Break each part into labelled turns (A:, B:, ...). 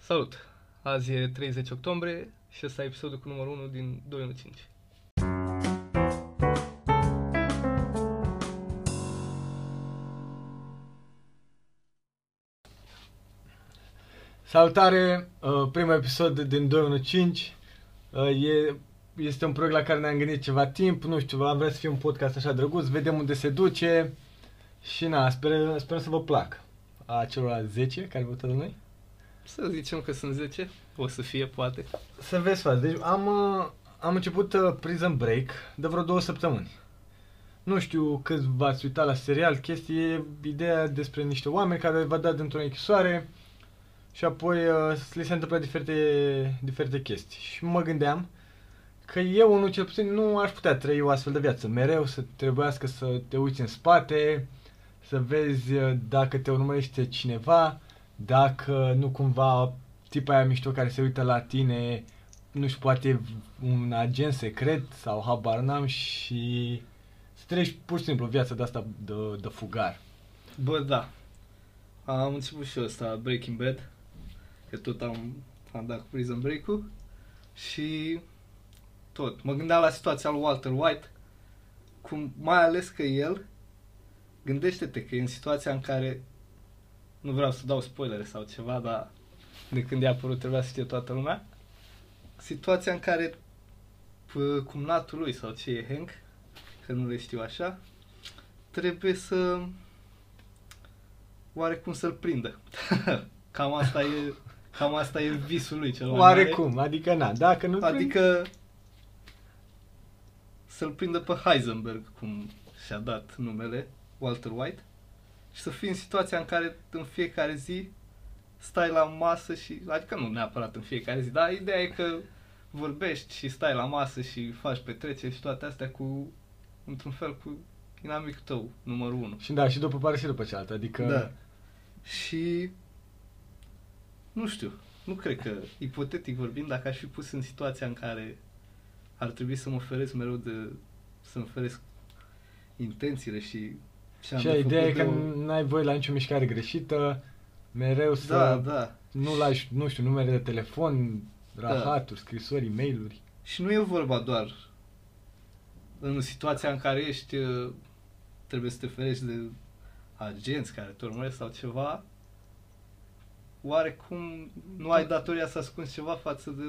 A: Salut! Azi e 30 octombrie și ăsta e episodul cu numărul 1 din 215.
B: Salutare! Uh, Primul episod din 2015. Uh, E, este un proiect la care ne-am gândit ceva timp, nu știu, am vrea să fie un podcast așa drăguț, vedem unde se duce și na, sperăm, sperăm să vă plac. A celor 10 care votă la noi.
A: Să zicem că sunt 10, o să fie poate.
B: Să vezi, față. Deci am, uh, am început uh, Prison Break de vreo două săptămâni. Nu știu cât v-ați uitat la serial, chestie, e ideea despre niște oameni care v-a dat într-o închisoare și apoi uh, li se întâmplă diferite, diferite chestii. Și mă gândeam că eu, unul cel puțin, nu aș putea trăi o astfel de viață. Mereu să trebuiască să te uiți în spate, să vezi uh, dacă te urmărește cineva, dacă nu cumva tipa aia mișto care se uită la tine, nu știu, poate e un agent secret sau habar n-am și să treci pur și simplu viața de asta de, de fugar.
A: Bă, da. Am început și eu ăsta Breaking Bad, că tot am, am dat cu Prison Break-ul și tot. Mă gândeam la situația lui Walter White, cum mai ales că el, gândește-te că e în situația în care, nu vreau să dau spoilere sau ceva, dar de când i-a apărut trebuia să știe toată lumea, situația în care pă, cumnatul lui sau ce e Hank, că nu le știu așa, trebuie să oarecum să-l prindă. cam asta e cam asta e visul lui cel mai mare.
B: Oarecum, adică na, dacă nu
A: Adică să-l prindă pe Heisenberg, cum și-a dat numele, Walter White, și să fii în situația în care în fiecare zi stai la masă și, adică nu neapărat în fiecare zi, dar ideea e că vorbești și stai la masă și faci petreceri și toate astea cu, într-un fel, cu inamicul tău, numărul 1.
B: Și da, și după pare și după cealaltă, adică
A: Da. Și nu știu, nu cred că, ipotetic vorbind, dacă aș fi pus în situația în care ar trebui să mă oferesc mereu de, să-mi oferesc intențiile și ce am
B: și
A: Da, de făcut
B: ideea e că
A: eu-
B: n-ai voie la nicio mișcare greșită, mereu să
A: Da, da.
B: nu lași, nu știu, numere de telefon, rahaturi, scrisori, e-mail-uri.
A: Și nu e vorba doar în situația în care ești, uh, trebuie să te ferești de agenți care te urmăresc sau ceva, oarecum nu ai datoria să ascunzi ceva față de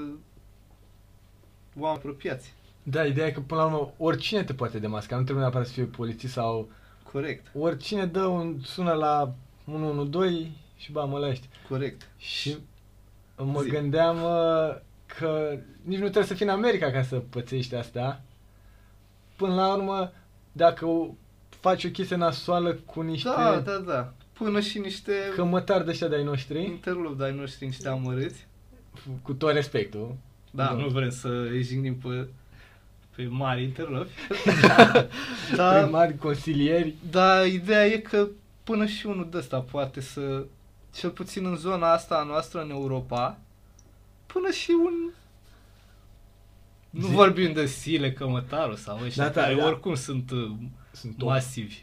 A: oameni apropiați.
B: Da, ideea e că până la urmă oricine te poate demasca, nu trebuie neapărat să fie polițist sau
A: Corect,
B: oricine dă un, sună la 112 și ba, mă laști.
A: corect.
B: Și mă
A: Zi.
B: gândeam uh, că nici nu trebuie să fii în America ca să pățești asta. Până la urmă, dacă o- faci o chestie nasoală cu niște
A: Da, da, da. Până și niște
B: cămătari de ăștia de-ai noștri,
A: interlup de-ai noștri, niște amărâți.
B: cu tot respectul,
A: Da,
B: Da.
A: nu vrem să îi jignim pe, pe mari interlopi.
B: da. primari, consilieri,
A: Dar ideea e că până și unul de ăsta poate să, cel puțin în zona asta a noastră, în Europa, până și un... Nu
B: Zi.
A: vorbim de Sile Cămătaru sau ăștia,
B: Da,
A: da,
B: da,
A: da, care
B: da.
A: oricum sunt uh,
B: sunt top.
A: masivi.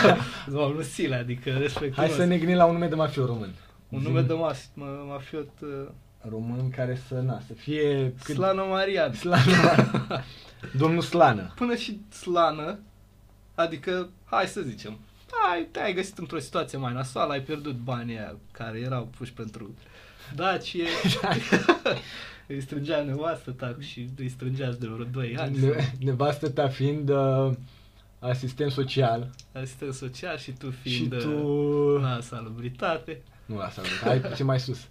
A: Sau nu Sile, adică respectiv
B: Hai să ne gândim la un nume de mafio român.
A: un nume de mas- mă- mafiot uh,
B: Român care să, na, să fie... cât-
A: Slano Marian.
B: Slană. Domnul Slană.
A: Până și slană, adică, hai să zicem, ai, te-ai găsit într-o situație mai nasoală, ai pierdut banii aia care erau puși pentru Dacie, îi strângea nevastă ta și îi strângea de vreo 2 ani,
B: Ne- Nevastă ta fiind uh, asistent social
A: asistent social și tu
B: și
A: fiind
B: tu...
A: uh, la salubritate,
B: Nu, asta nu, hai puțin mai sus.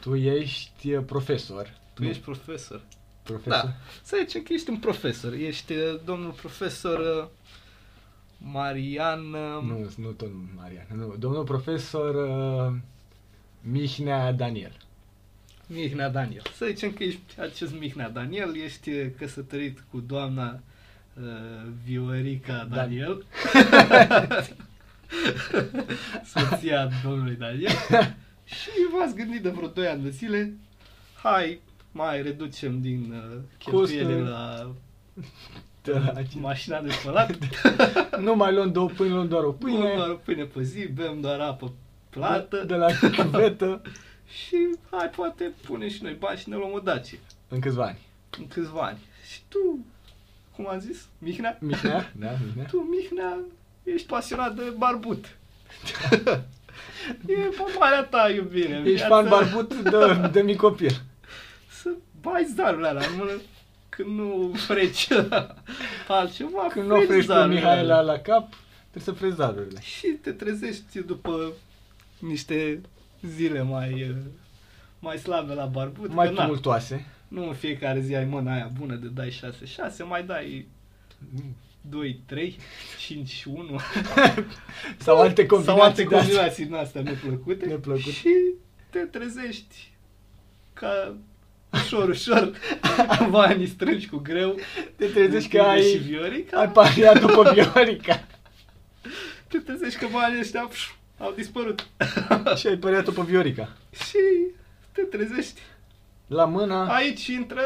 B: Tu ești uh, profesor.
A: tu
B: Nu,
A: ești profesor.
B: profesor.
A: Da. Să zicem că ești un profesor, ești uh, domnul profesor uh, Marian... uh,
B: Nu, nu tot Marian. Nu, domnul profesor uh, Mihnea Daniel.
A: Mihnea Daniel. Să zicem că ești acest Mihnea Daniel, ești e, căsătorit cu doamna uh, Viorica
B: Da.
A: Daniel. Soția domnului Daniel. Și v-ați gândit de vreo 2 ani de zile, hai, mai reducem din uh, cheltuielile
B: Costuri.
A: la uh,
B: Da.
A: mașina de spălat.
B: Nu mai luăm două pâini, luăm doar o
A: Pâine. Da,
B: pâine.
A: Doar pâine pe zi, bem doar apă plată.
B: De, de la chivetă.
A: și hai, poate punem și noi bani și ne luăm o dacie
B: În câțiva ani.
A: în câțiva ani. Și tu, cum am zis, Mihnea?
B: Mihnea? Da, Mihnea.
A: Tu, Mihnea, ești pasionat de barbut. e marea ta iubire.
B: Ești
A: viața.
B: fan barbut de, de mic copil.
A: Să bai zarul ăla în mână când nu freci altceva,
B: Când nu oprești pe
A: zarul
B: Mihai
A: ăla.
B: la, la cap, trebuie să frezi zarurile.
A: Și te trezești după niște zile mai eh, mai slabe la barbut.
B: Mai
A: că na,
B: tumultoase.
A: Nu în fiecare zi ai mâna aia bună de dai 6-6, mai dai 2-3, 5-1.
B: Sau alte combinații. da.
A: Sau alte
B: de astea.
A: combinații din astea neplăcute.
B: Neplăcute.
A: Și te trezești ca ușor, ușor, banii strângi cu greu.
B: Te trezești că
A: din tine Și
B: ai,
A: Viorica.
B: ai pariat după Viorica.
A: Te trezești că banii ăștia pș, au dispărut.
B: Și ai pariat după Viorica.
A: și te trezești.
B: La mâna
A: Aici intră,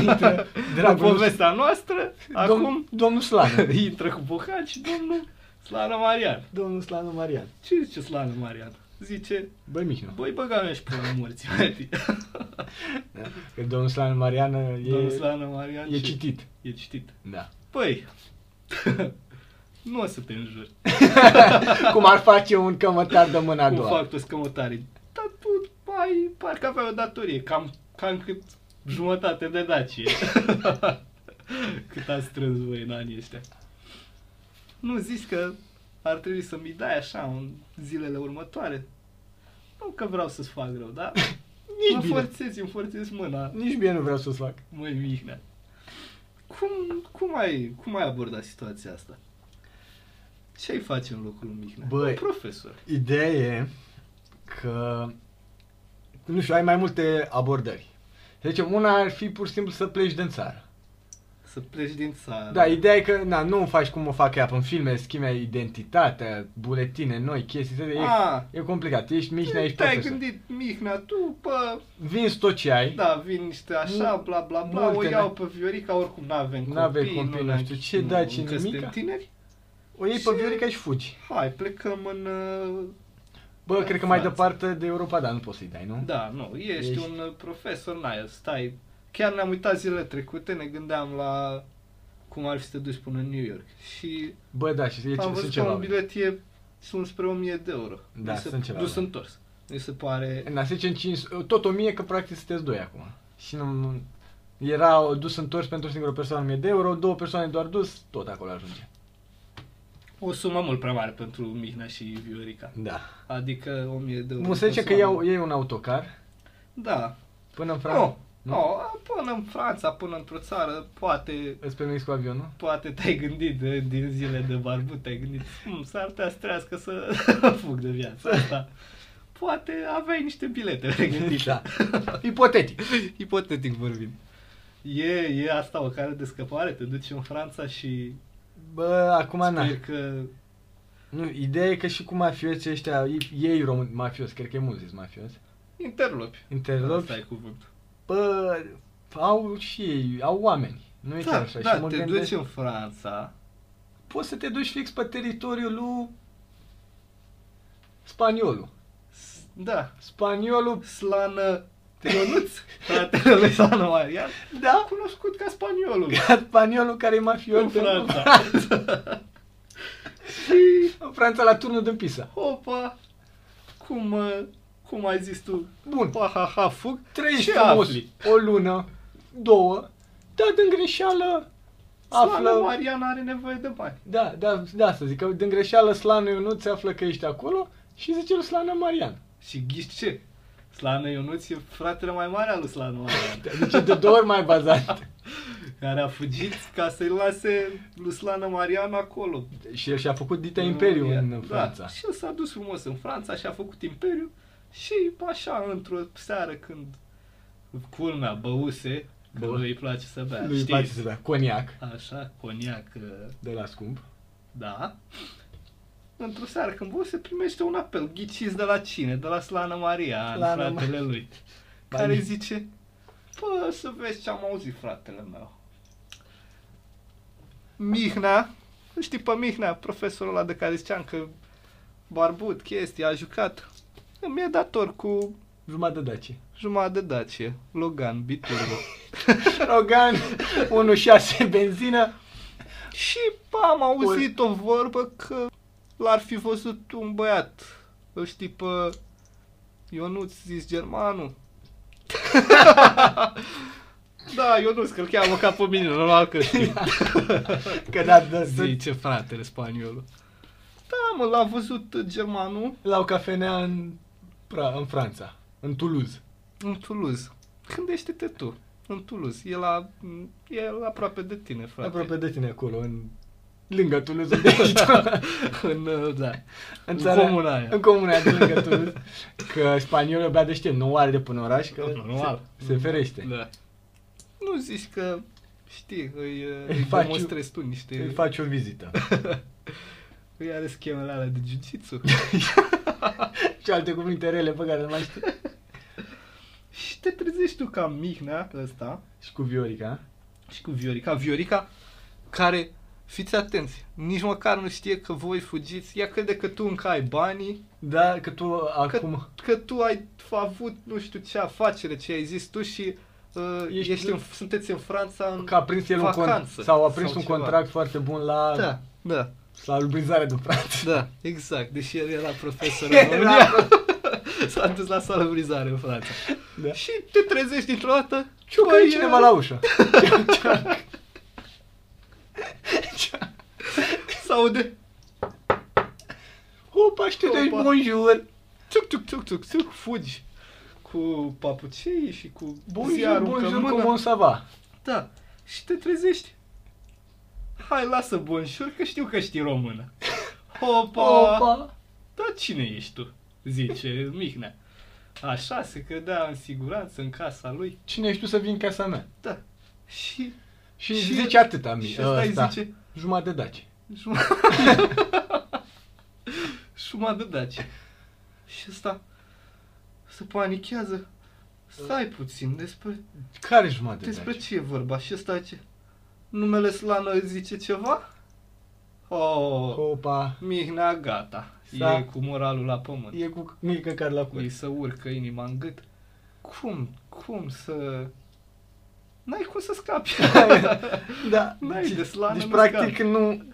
B: Intră Ah. dragul
A: în povestea noastră, acum
B: Dom, domnul Slanu.
A: intră cu bocaci și domnul Slana Marian.
B: domnul Slanu Marian.
A: Ce zice Slana Marian? Zice,
B: Băi, Mihnea.
A: băi băga mea și până la morți, mătii.
B: Da. Că domnul Slanu Marian uh, e,
A: Domnul Slana Marian
B: e
A: și-
B: citit.
A: E citit.
B: Da.
A: Păi, nu o să te înjuri.
B: Cum ar face un cămătar de mâna a
A: Cum
B: doua.
A: fac toți scămătarii. Dar tu ai, parcă aveai o datorie, cam, cam cât jumătate de dacie. cât ați strâns voi în anii ăștia. Nu zici că ar trebui să mi dai așa în zilele următoare? Nu că vreau să-ți fac rău, dar
B: Nici
A: mă
B: bine.
A: forțezi, îmi forțezi mâna.
B: Nici bine nu vreau să-ți fac.
A: Măi, Mihnea, cum, cum, ai, cum ai abordat situația asta? Ce ai face în locul lui Mihnea?
B: Băi.
A: Un profesor.
B: Ideea e că, nu știu, ai mai multe abordări. Să zicem, una ar fi pur și simplu să pleci din țară.
A: Să pleci din țară.
B: Da, ideea e că na, nu faci cum o fac ea în filme, schimbi identitatea, buletine noi, chestii, e,
A: A,
B: e complicat. Ești Mihnea, ești
A: Ah. te-ai
B: profesor.
A: gândit, Mihnea, tu, bă,
B: Vinzi tot ce ai,
A: da, vin niște așa, bla, bla, bla,
B: multe,
A: o iau
B: n-
A: pe Viorica, oricum n-avem copii,
B: N-avem copii, nu
A: ne-
B: știu ce, da, ce
A: încă suntem
B: nimica.
A: tineri?
B: o iei
A: și-
B: pe Viorica și fugi.
A: Hai, plecăm în... uh,
B: Bă,
A: În
B: cred că mai
A: Franța.
B: departe de Europa, da, nu poți să-i dai, nu?
A: Exact. Da, nu, ești,
B: Ești-
A: un uh, profesor, n-ai, stai. Chiar ne-am uitat zilele trecute, ne gândeam la cum ar fi să te duci până în New York. Și
B: Bă, da, și e,
A: am
B: sunt
A: văzut că
B: ceva.
A: un bilet e, sunt spre 1000 de euro.
B: Da,
A: Mi se-
B: sunt ceva,
A: Dus
B: da.
A: întors. Mi se pare...
B: Na, să zicem 5, tot 1000 că practic sunteți doi acum. Și nu, nu era dus întors pentru o singură persoană 1000 de euro, două persoane doar dus, tot acolo ajunge.
A: O sumă mult prea mare pentru Mihnea și Viorica.
B: Da.
A: Adică 1000 de euro.
B: Bun, să zicem că
A: persoană.
B: iau, iei un autocar
A: Da.
B: până în Franța.
A: Nu.
B: Nu.
A: Nu, până în Franța, până într-o țară, poate
B: Îți permiți cu avionul?
A: Poate te-ai gândit de, din zile de barbut, te-ai gândit, "Hmm, s-ar putea să trească să fug de viața asta. Poate aveai niște bilete pregătite.
B: Da. Ipotetic.
A: Ipotetic vorbind. E, e asta o cale de scăpare? Te duci în Franța și
B: Bă, acum na.
A: sper că...
B: Nu, ideea e că și cu mafioții ăștia, ei- ei români, mafios, cred că e mult zis mafios.
A: Interlopi.
B: Interlopi,
A: Asta e cuvântul.
B: bă, au și ei, au oameni. Nu e chiar
A: Da,
B: așa. și
A: da
B: mă
A: te
B: gândesc-
A: duci în Franța.
B: poți să te duci fix pe teritoriul lui spaniolul.
A: s- Da.
B: Spaniolul,
A: Slană Ionuț, fratele lui Slană Marian,
B: da,
A: cunoscut ca spaniolul.
B: ca spaniolul care e
A: În
B: mafiot
A: Franța.
B: în Franța la turnul din Pisa.
A: Opa! Cum, uh, cum ai zis tu?
B: Bun.
A: Ha, ha, ha, fug.
B: Trăiești
A: Ce
B: frumos
A: afli?
B: o lună, două, dar din greșeală
A: Află...
B: află...
A: Marian are nevoie de bani.
B: Da, da, da, să zic că din greșeală Slanu Ionuț află că ești acolo și zice lui Slana Marian.
A: Și ghici ce? Slană Ionuț e fratele mai mare al lui Slană Marian,
B: Adică de două ori mai bazat.
A: care a fugit ca să-i lase lui Slană Marian acolo.
B: și el și-a făcut dita
A: În
B: imperiu
A: România.
B: în Franța.
A: Da. Și el s-a dus frumos în Franța și a făcut imperiu și așa, într-o seară când culmea băuse, că
B: Bă-
A: lui îi place să bea,
B: Lui îi
A: știi?
B: place să bea coniac
A: Așa, coniac, uh,
B: de la scump.
A: Da. Într-o seară când bă, se primește un apel. Ghiciți de la cine? De la Slana Maria,
B: Slana
A: fratele
B: Maria.
A: lui. Care
B: Bani.
A: zice, bă, să vezi ce am auzit fratele meu. Mihnea, îl știi pe Mihnea, profesorul ăla de care ziceam că barbut, chestii, a jucat, îmi e dator cu
B: Jumătate de dacie.
A: Jumătate de Dacia, Logan, Biturbo.
B: Rogan, 1.6 benzină.
A: Și am auzit o vorbă că l-ar fi văzut un băiat. Îl știi pe Ionuț, zis germanul. da, Ionuț, că îl cheamă ca pe mine, normal că știu.
B: Că da, da, zi.
A: Zice fratele spaniolul. Da, mă, l-a văzut germanul
B: La o cafenea în, Pra- în Franța, în Toulouse.
A: în Toulouse. Gândește-te tu, în Toulouse. E la, e la aproape de tine, frate.
B: Aproape de tine acolo, în lângă Toulouse, de aici.
A: în, uh, da.
B: în,
A: În
B: țara,
A: comuna aia.
B: În comuna aia de lângă Toulouse. Că spaniolul abia deștept, nu are de până în oraș, că
A: Normal.
B: se, se ferește.
A: Da. Nu zici că, știi, îi, uh,
B: Îi
A: îi
B: faci-
A: demonstrezi tu niște...
B: Îi faci o vizită.
A: Îi are schemele alea de jiu
B: Și alte cuvinte rele pe care le mai știi.
A: și te trezești tu ca Mihnea ăsta
B: Și cu Viorica.
A: și cu Viorica. Viorica care, fiți atenți, nici măcar nu știe că voi fugiți. Ea crede că tu încă ai banii,
B: Da, că tu
A: că,
B: acum...
A: că tu ai avut nu știu ce afacere, ce ai zis tu și uh,
B: Ești-
A: ești, în, sunteți în Franța în...
B: Că a prins el un contract
A: vacanță
B: sau a prins
A: sau
B: un
A: ceva.
B: contract foarte bun la
A: Da, da,
B: la lubrizare de prat.
A: da, exact. Deși el era profesor în
B: Era-
A: România, s-a dus la sală brizare în Franța.
B: Da.
A: Și te trezești dintr-o dată păi,
B: Ciucă
A: băi,
B: e cineva la ușă.
A: S-aude
B: Opa, știu de
A: Opa.
B: bonjour.
A: tuc, tuc, tuc, tuc, tuc, fugi cu papucii și cu
B: Bonjour,
A: ziarul
B: bonjour,
A: în mână.
B: comment ça va?
A: Da, și te trezești. Hai, lasă bonșur, că știu că știi română. Opa!
B: Opa.
A: Da, cine ești tu? Zice Mihnea. Așa se cădea în siguranță în casa lui.
B: Cine ești tu să vii în casa mea?
A: Da. Și,
B: Și,
A: Și-
B: zice atâta mi.
A: și ăsta îi
B: ăsta,
A: zice
B: Jumătate de daci.
A: jumătate de daci. Și ăsta se panichează. Stai puțin, despre
B: Care jumătate de
A: Despre
B: daci?
A: ce e vorba? Și ăsta ce? Numele Slană îți zice ceva? Oh,
B: Opa.
A: Mihnea gata.
B: Da.
A: E cu moralul la pământ.
B: E cu mică care la
A: Îi
B: cui.
A: să urcă inima în gât. Cum? Cum să... N-ai cum să scapi.
B: Da.
A: N-ai de slană,
B: deci
A: nu
B: practic
A: scapi.
B: nu...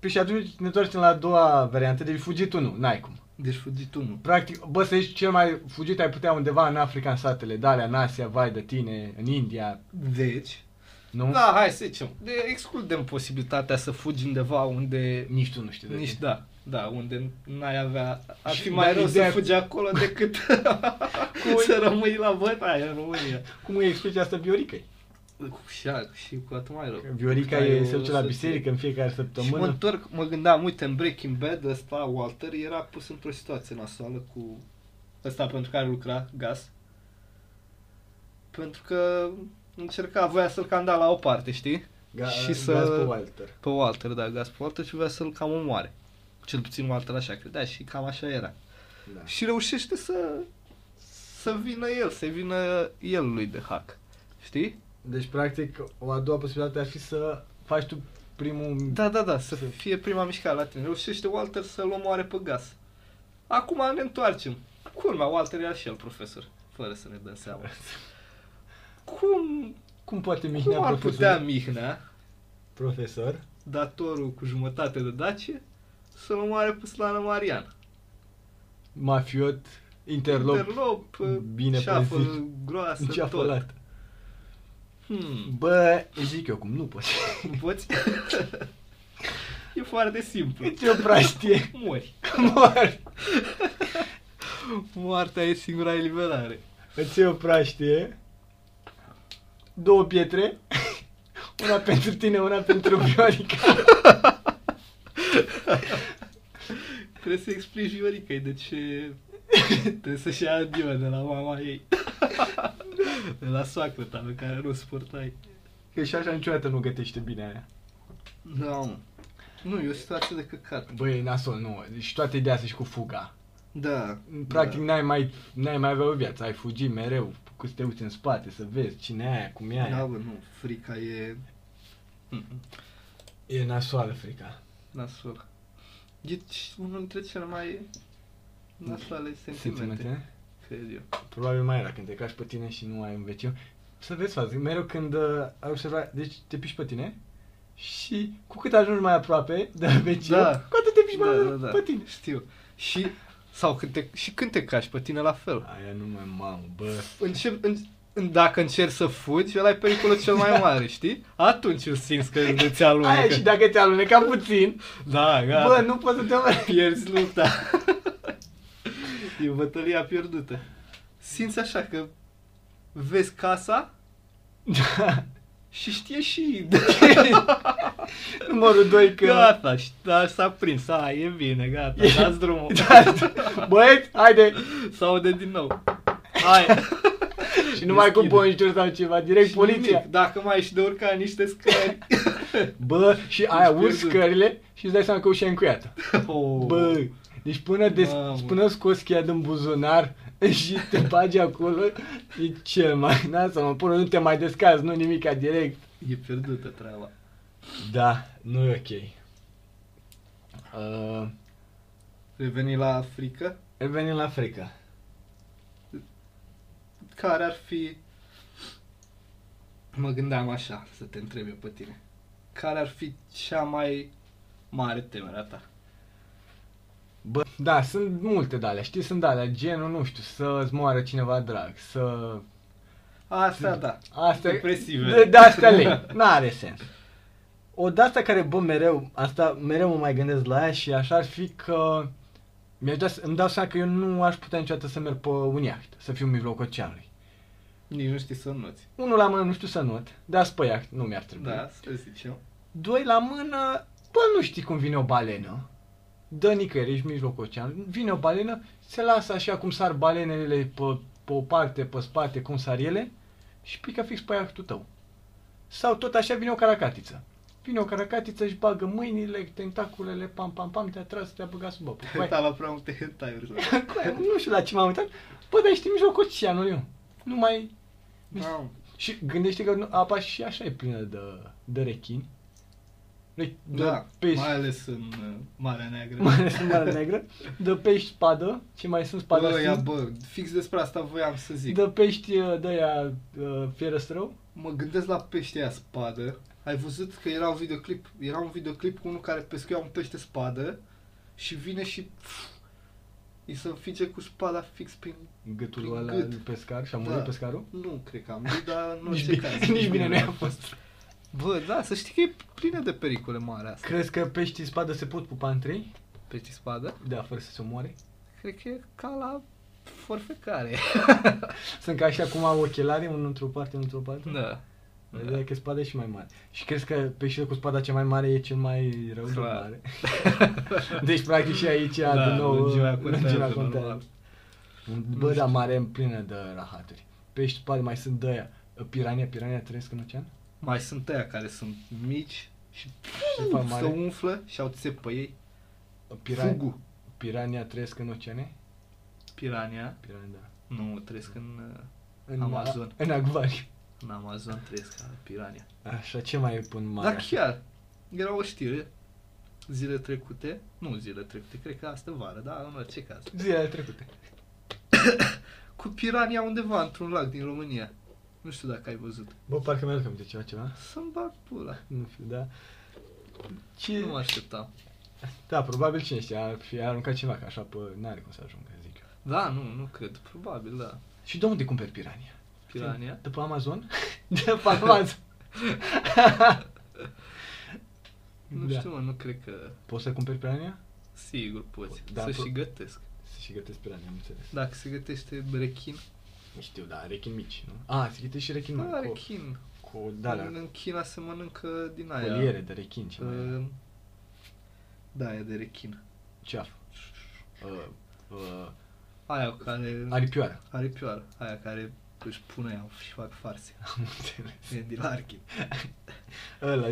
B: Păi și atunci ne întoarcem la a doua variantă, deci fugit tu nu, n-ai cum.
A: deci fugi tu nu.
B: Practic, bă, să ești cel mai fugit ai putea undeva în Africa, în satele Dalea, în Asia, vai de tine, în India,
A: Deci...
B: nu?
A: Da, hai să zicem. De, excludem posibilitatea să fugi undeva unde...
B: Nici tu nu știi de
A: Nici
B: ce.
A: da, da, unde n-ai avea... Ar
B: Și-
A: fi mai
B: dar
A: rău să
B: ideea-
A: fugi acolo decât
B: Cu-
A: să rămâi la bătaie în România.
B: Cum îi explici asta Vioricăi?
A: Cu șac și cu atât mai rău.
B: Că Viorica
A: Ai
B: e,
A: o
B: se duce la
A: să-
B: biserică în fiecare
A: Și mă
B: săptămână.
A: întorc, mă gândeam, uite, în Breaking Bad ăsta, Walter, era pus într-o situație nasoală cu ăsta pentru care lucra, Gas. Pentru că încerca, voia să-l canda la o parte, știi?
B: Ga-
A: și
B: gaz
A: să-
B: pe Walter.
A: Pe Walter, da, Gas pe Walter și voia să-l cam omoare. Cel puțin Walter așa credea și cam așa era.
B: Da.
A: Și reușește să, să vină el, să vină el lui de hack. Știi?
B: Deci, practic, o a doua posibilitate ar fi să faci tu primul...
A: Da, da, da, să
B: Să-
A: fie prima mișcare la tine. Reușește Walter să-l omoare pe gas. Acum ne întoarcem. Culmea, Walter era și el profesor, fără să ne dăm seama. Cum,
B: Cum poate
A: cum
B: mihnea
A: ar
B: profesorul-
A: putea Mihnea,
B: profesor?
A: datorul cu jumătate de dacie, să-l omoare pe Slana Marian?
B: Mafiot, interlop,
A: Interlop,
B: bine
A: ceafă
B: prezis.
A: groasă, tot.
B: înceafalat.
A: Hmm,
B: Bă, zic eu cum, nu poți.
A: poți? e foarte simplu.
B: Ce prastie.
A: Mori.
B: Mor.
A: Moartea e singura eliberare.
B: Îți iei o praștie, două pietre, una pentru tine, una pentru Viorica.
A: Trebuie să explici Vioricăi de ce trebuie să-și ia adio de la mama ei. De la soacră ta pe care nu o suportai.
B: Că și așa niciodată nu gătește bine aia.
A: Da, mă. Nu, e o situație de căcat.
B: Băi, e nasol, nu. Deci toate ideea asta și cu fuga.
A: Da.
B: Practic
A: da.
B: n-ai mai, n-ai mai avea o viață, ai fugit mereu, cu să te uiți în spate, să vezi cine e aia, cum e aia.
A: Da, bă, nu. Frica e... Mm-mm.
B: E nasoală frica.
A: Nasol. E unul dintre cele mai nasoale sentimente.
B: Sentimente?
A: Că cred eu.
B: Probabil mai era când te cași pe tine și nu ai un veciu. Să vezi, fazi, mereu când uh, ai observat, deci te piși pe tine și cu cât ajungi mai aproape de veciu,
A: Da.
B: cu atât te piși mai
A: da, da,
B: aproape
A: da.
B: pe tine.
A: Știu. Și, sau când te, și când te cași pe tine la fel.
B: Aia nu mai mamă, bă.
A: Încep, în, în- dacă încerci să fugi, ăla e pericolul cel mai mare, știi? Atunci îl simți că îți alunecă.
B: Aia și dacă te aluneca puțin,
A: Da, gata.
B: bă, nu poți să te mai...
A: pierzi lupta. e bătălia pierdută. Simți așa că vezi casa și știe și...
B: Numărul 2 că...
A: Gata, și- da, s-a prins, a, e bine, gata,
B: E- Da,
A: dați drumul.
B: Băieți, haide!
A: Sau de din nou. Hai.
B: Deci Și numai cu
A: Deschide.
B: bonjur sau ceva, direct
A: Și
B: poliția.
A: nimic, Dacă mai ești de urca niște scări.
B: Bă, și aia
A: Ești
B: urci
A: pierdut.
B: scările și îți dai seama că ușa e încuiată.
A: Oh.
B: Bă, deci până, des,
A: Mamă.
B: până scoți cheia din buzunar și te bagi acolo, e cel mai... Na, să mă pun, nu te mai descazi, nu nimica direct.
A: E pierdută treaba.
B: Da, nu e ok. Uh,
A: Reveni la frică,
B: revenim la frică.
A: care ar fi... Mă gândeam așa, să te întreb eu pe tine. Care ar fi cea mai mare temerea ta?
B: Bă, da, sunt multe de alea, știi, sunt de alea, genul, nu știu, să-ți moară cineva drag, să
A: Asta da.
B: Asta
A: Depresive.
B: De, de astea lei. N-are sens. O de asta care, bă, mereu, asta mereu mă mai gândesc la ea și așa ar fi că mi-aș da, îmi dau seama că eu nu aș putea niciodată să merg pe un iaht, să fiu în mijlocul oceanului.
A: Nici nu știi să noți.
B: Unul la mână nu știu să not, dar pe iaht nu mi-ar trebui.
A: Da, să zicem.
B: Doi la mână, bă, nu știi cum vine o balenă. Dă nicăieri, ești în mijlocul oceanului. Vine o balenă, se lasă așa cum sar balenele pe, pe o parte, pe spate, cum sar ele și pică fix pe iahtul tău. Sau tot așa vine o caracatiță. Vine o caracatiță, își bagă mâinile, tentaculele, pam, pam, pam, te-a tras, te-a băgat sub apă. Băi,
A: Da, la prea multe hentai
B: băi, nu știu la ce m-am uitat. Bă, dar ești în mijlocul oceanului. mă. Nu mai...
A: Da,
B: Și gândește că nu- apa și așa e plină de, de rechini. De, de
A: da
B: pești.
A: mai ales în uh, Marea Neagră.
B: mai ales în Marea Neagră, de pești spadă, ce mai sunt spadă
A: Bă, ia, bă, fix despre asta voiam să zic.
B: de pești de aia uh, fierăstrău.
A: Mă gândesc la peștii aia spadă. Ai văzut că era un videoclip, era un videoclip cu unul care pescuia un pește spadă și vine și pf, îi se înfige cu spada fix prin...
B: Gâtul
A: Prin
B: ăla
A: gât.
B: de pescar și a murit
A: Da.
B: pescarul.
A: Nu, cred că am zis, dar nu
B: nici,
A: orice
B: bine,
A: caz.
B: nici bine nu
A: n-a
B: i-a fost.
A: Bă, da, să știi că e plină de pericole mare asta.
B: Crezi că peștii spadă se pot pupa între ei?
A: Peștii spadă?
B: Da, fără să se omoare.
A: Cred că e ca la forfecare.
B: Sunt ca și acum ochelari, unul într-o parte, unul într-o parte.
A: Da.
B: Ideea e că spada e și mai mare. Și crezi că peștele cu spada cea mai mare e cel mai rău de
A: Clar.
B: mare? Deci, practic, și aici,
A: Da,
B: din nou,
A: lungimea
B: lungimea
A: contează,
B: contează.
A: normal.
B: Bă,
A: Nu
B: da,
A: știu.
B: mare în plină de rahaturi. Pești, pare, mai sunt de aia. Pirania, pirania trăiesc în ocean?
A: Mai sunt aia care sunt mici și
B: Se fac
A: se
B: mare.
A: umflă și au țep pe ei.
B: Pirania,
A: Fugu.
B: pirania trăiesc în oceane?
A: Pirania.
B: Pirania, da.
A: Nu, trăiesc în... uh,
B: În
A: Amazon.
B: În acvariu.
A: În Amazon trăiesc ca pirania.
B: Așa, ce mai pun mare?
A: Dar chiar, era o știre zile trecute, nu zile trecute, cred că asta vară, dar în orice caz.
B: Zilele trecute.
A: Cu pirania undeva într-un lac din România. Nu știu dacă ai văzut.
B: Bă, parcă mi-aduc aminte ceva, ceva.
A: Să-mi bag pula.
B: Nu știu, da. Ce?
A: Nu mă așteptam.
B: Da, probabil cine știe, ar fi aruncat ceva, că așa pe n-are cum să ajungă, zic eu.
A: Da, nu, nu cred. Probabil, da.
B: Și de unde cumperi pirania?
A: Pirania.
B: De pe Amazon? De pe Amazon.
A: Nu
B: Da.
A: știu, mă, nu cred că...
B: Poți să cumperi pirania?
A: Sigur poți.
B: Da,
A: Da, să
B: pro-
A: și gătesc.
B: Să și gătesc pirania, am înțeles.
A: Dacă se gătește rechin,
B: Nu știu, da, rechin mici, nu? A, se gătește și rechin mari.
A: da,
B: cu-
A: rechin.
B: Cu, da,
A: Da,
B: da,
A: În China se mănâncă din aia.
B: coliere de rechin, ce mai era?
A: Uh, Da, e de rechin.
B: Ceaf. Uh, uh,
A: Aia care...
B: aripioară.
A: Aripioară, aia care își pune ea și fac farse.
B: Am înțeles.
A: E din Larkin.
B: Ăla,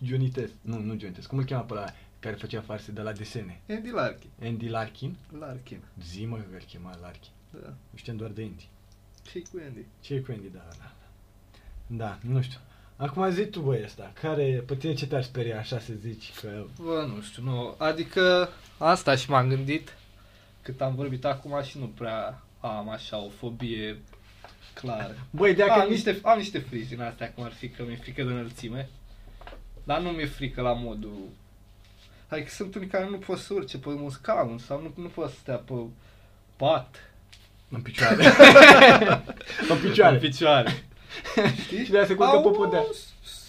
B: Johnny Test. Nu, nu Johnny Test. Cum îl cheamă pe ăla care făcea farse de la desene?
A: E din Larkin.
B: Andy Larkin?
A: Larkin,
B: Zi mă că îl chema Larkin.
A: da.
B: Nu știam doar de Andy.
A: ce cu Andy?
B: Ce e cu Andy, da, da, da. Da, nu știu. Acum zi tu, băi, ăsta, care, pe tine ce te-ar speria așa să zici că...
A: Bă, nu știu, nu. Adică asta și m-am gândit cât am vorbit acum și nu prea am așa o fobie clară.
B: Băi, de
A: am,
B: că niște...
A: niște, am niște frici din astea, cum ar fi că mi-e frică de înălțime. Dar nu mi-e frică la modul... Adică sunt unii care nu pot să urce pe un scaun sau nu, nu pot să stea pe pat.
B: În picioare. în picioare.
A: În picioare. Știi?
B: Și de aia se culcă
A: Au
B: pe podea.
A: s- s-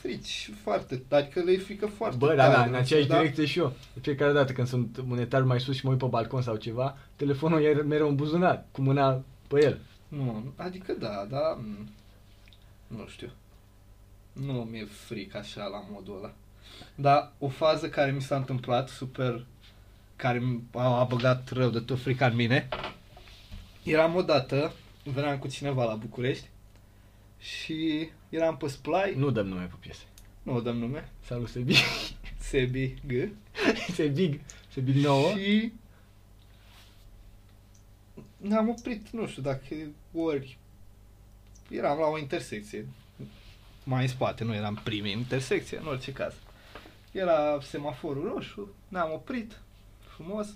A: frici foarte, adică le e frică foarte
B: Bă, da,
A: tare,
B: da, în aceeași
A: da?
B: direcție și eu. De fiecare dată când sunt un etaj mai sus și mă uit pe balcon sau ceva, telefonul e mereu în buzunar, cu mâna pe el.
A: Nu, adică da, da, mm, nu știu. Nu mi-e frică așa la modul ăla. Dar o fază care mi s-a întâmplat, super, care mi- a, a băgat rău de tot frica în mine, eram odată, veneam cu cineva la București și eram pe splai,
B: Nu dăm nume pe piese.
A: nu dăm nume,
B: Salut, Sebi.
A: Sebi G.
B: Sebig. Sebig nouă.
A: Și ne-am oprit, nu știu dacă ori eram la o intersecție mai în spate, nu eram primii intersecție, în orice caz. Era semaforul roșu, ne-am oprit frumos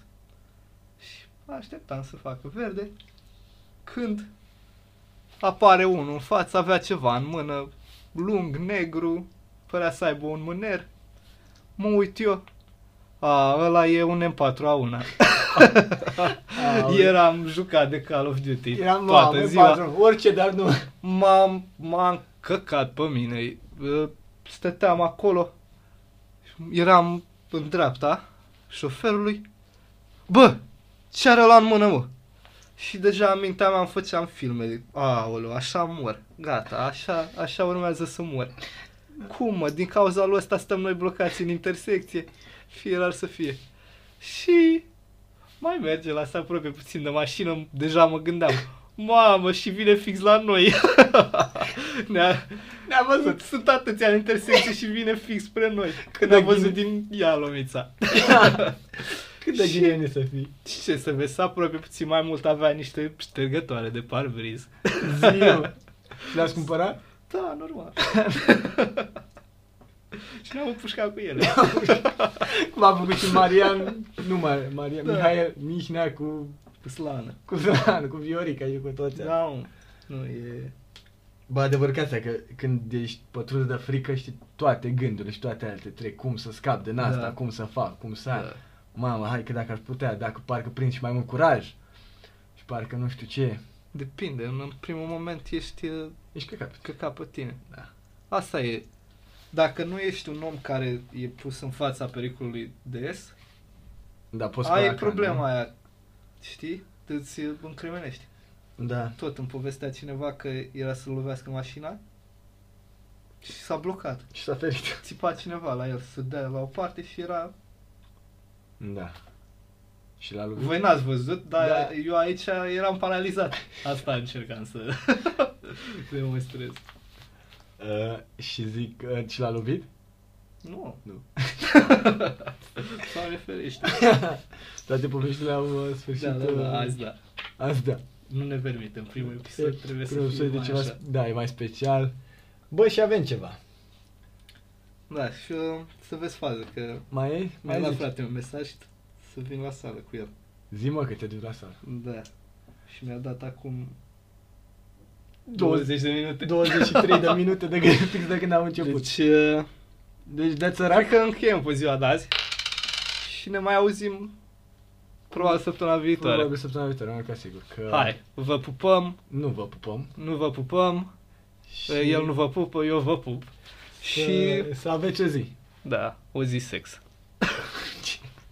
A: și așteptam să facă verde când apare unul în față, avea ceva în mână lung, negru, părea să aibă un mâner. Mă uit eu, a, ăla e un M4A1.
B: Aoleu.
A: Eram jucat de Call of Duty
B: Eram
A: toată
B: mamă,
A: ziua.
B: patru, orice, dar nu.
A: M-am, m-am căcat pe mine. Uh, Stăteam acolo. Eram în dreapta șoferului. Bă, ce are la în mână, mă? Și deja în mintea mea îmi făceam filme. Aoleu, așa mor. Gata, așa, așa urmează să mor. Cum, mă? Din cauza lui ăsta stăm noi blocați în intersecție. Fie ar să fie. Și mai merge la se apropie puțin de mașină, deja mă gândeam. Mamă, și vine fix la noi. Ne-a...
B: Ne-a
A: Sunt,
B: văzut.
A: sunt atâția în intersecție și vine fix spre noi. Când
B: de
A: am văzut
B: bine.
A: din ea lomița.
B: Cât de
A: Și-
B: bine e să fii.
A: Și ce să vezi, se apropie puțin mai mult, avea niște ștergătoare de parbriz.
B: Ziu. Și L-ați cumpărat?
A: Da, normal. și ne-am împușcat cu ele.
B: Cum a făcut și Marian, nu mai, Marian,
A: Da.
B: da. Mihai, Mihnea cu,
A: Cu slană.
B: cu Zoran, cu Viorica și cu toți.
A: Da, mă. nu e...
B: Bă, adevăr că asta, că când ești pătrus de frică, știi toate gândurile și toate alte trec, cum să scap din asta,
A: Da.
B: cum să fac, cum să...
A: Da.
B: Mamă, hai că dacă aș putea, dacă parcă prind și mai mult curaj și parcă nu știu ce,
A: Depinde, în în primul moment ești e,
B: ești căcat.
A: căcat pe tine.
B: Da.
A: Asta e. Dacă nu ești un om care e pus în fața pericolului des,
B: Da, poți
A: ai
B: spăla ca,
A: problema aia. Știi? Îți e, încrimenești.
B: nu? Da.
A: Tot îmi povestea cineva că era să lovească mașina și s-a blocat.
B: Și s-a ferit.
A: Țipa cineva la el să dea la o parte și era...
B: Da. Și la lucru.
A: Voi n-ați văzut, dar
B: Da.
A: eu aici eram paralizat. Asta încercam să demonstrez.
B: Uh, și zic, uh, și l-a lovit?
A: Nu.
B: Nu.
A: Doamne ferește.
B: Toate poveștile au uh, sfârșit.
A: Da, da,
B: uh,
A: da, azi da.
B: Azi da.
A: Nu ne permitem, primul episod trebuie să
B: Trebuie
A: fie
B: de
A: mai
B: ceva,
A: așa.
B: Da, e mai special. Bă, și avem ceva.
A: Da, și uh, să vezi fază, că
B: Mai e?
A: mai
B: Mai
A: la
B: zici?
A: frate un mesaj să vin la sală cu el.
B: Zi mă că te duci la sală.
A: Da. Și mi-a dat acum
B: 20,
A: de minute.
B: 23 de minute de gând, fix de când am început.
A: Deci, uh,
B: Deci de
A: cred
B: țărac
A: că încheiem pe ziua de azi și ne mai auzim probabil săptămâna viitoare.
B: Deci, Probabil săptămâna viitoare, am ca sigur că
A: Hai, vă pupăm,
B: nu vă pupăm.
A: nu vă pupăm,
B: Și
A: Păi, el nu vă pupă, eu vă pup.
B: să,
A: Și,
B: Să aveți o zi.
A: da, o zi sex.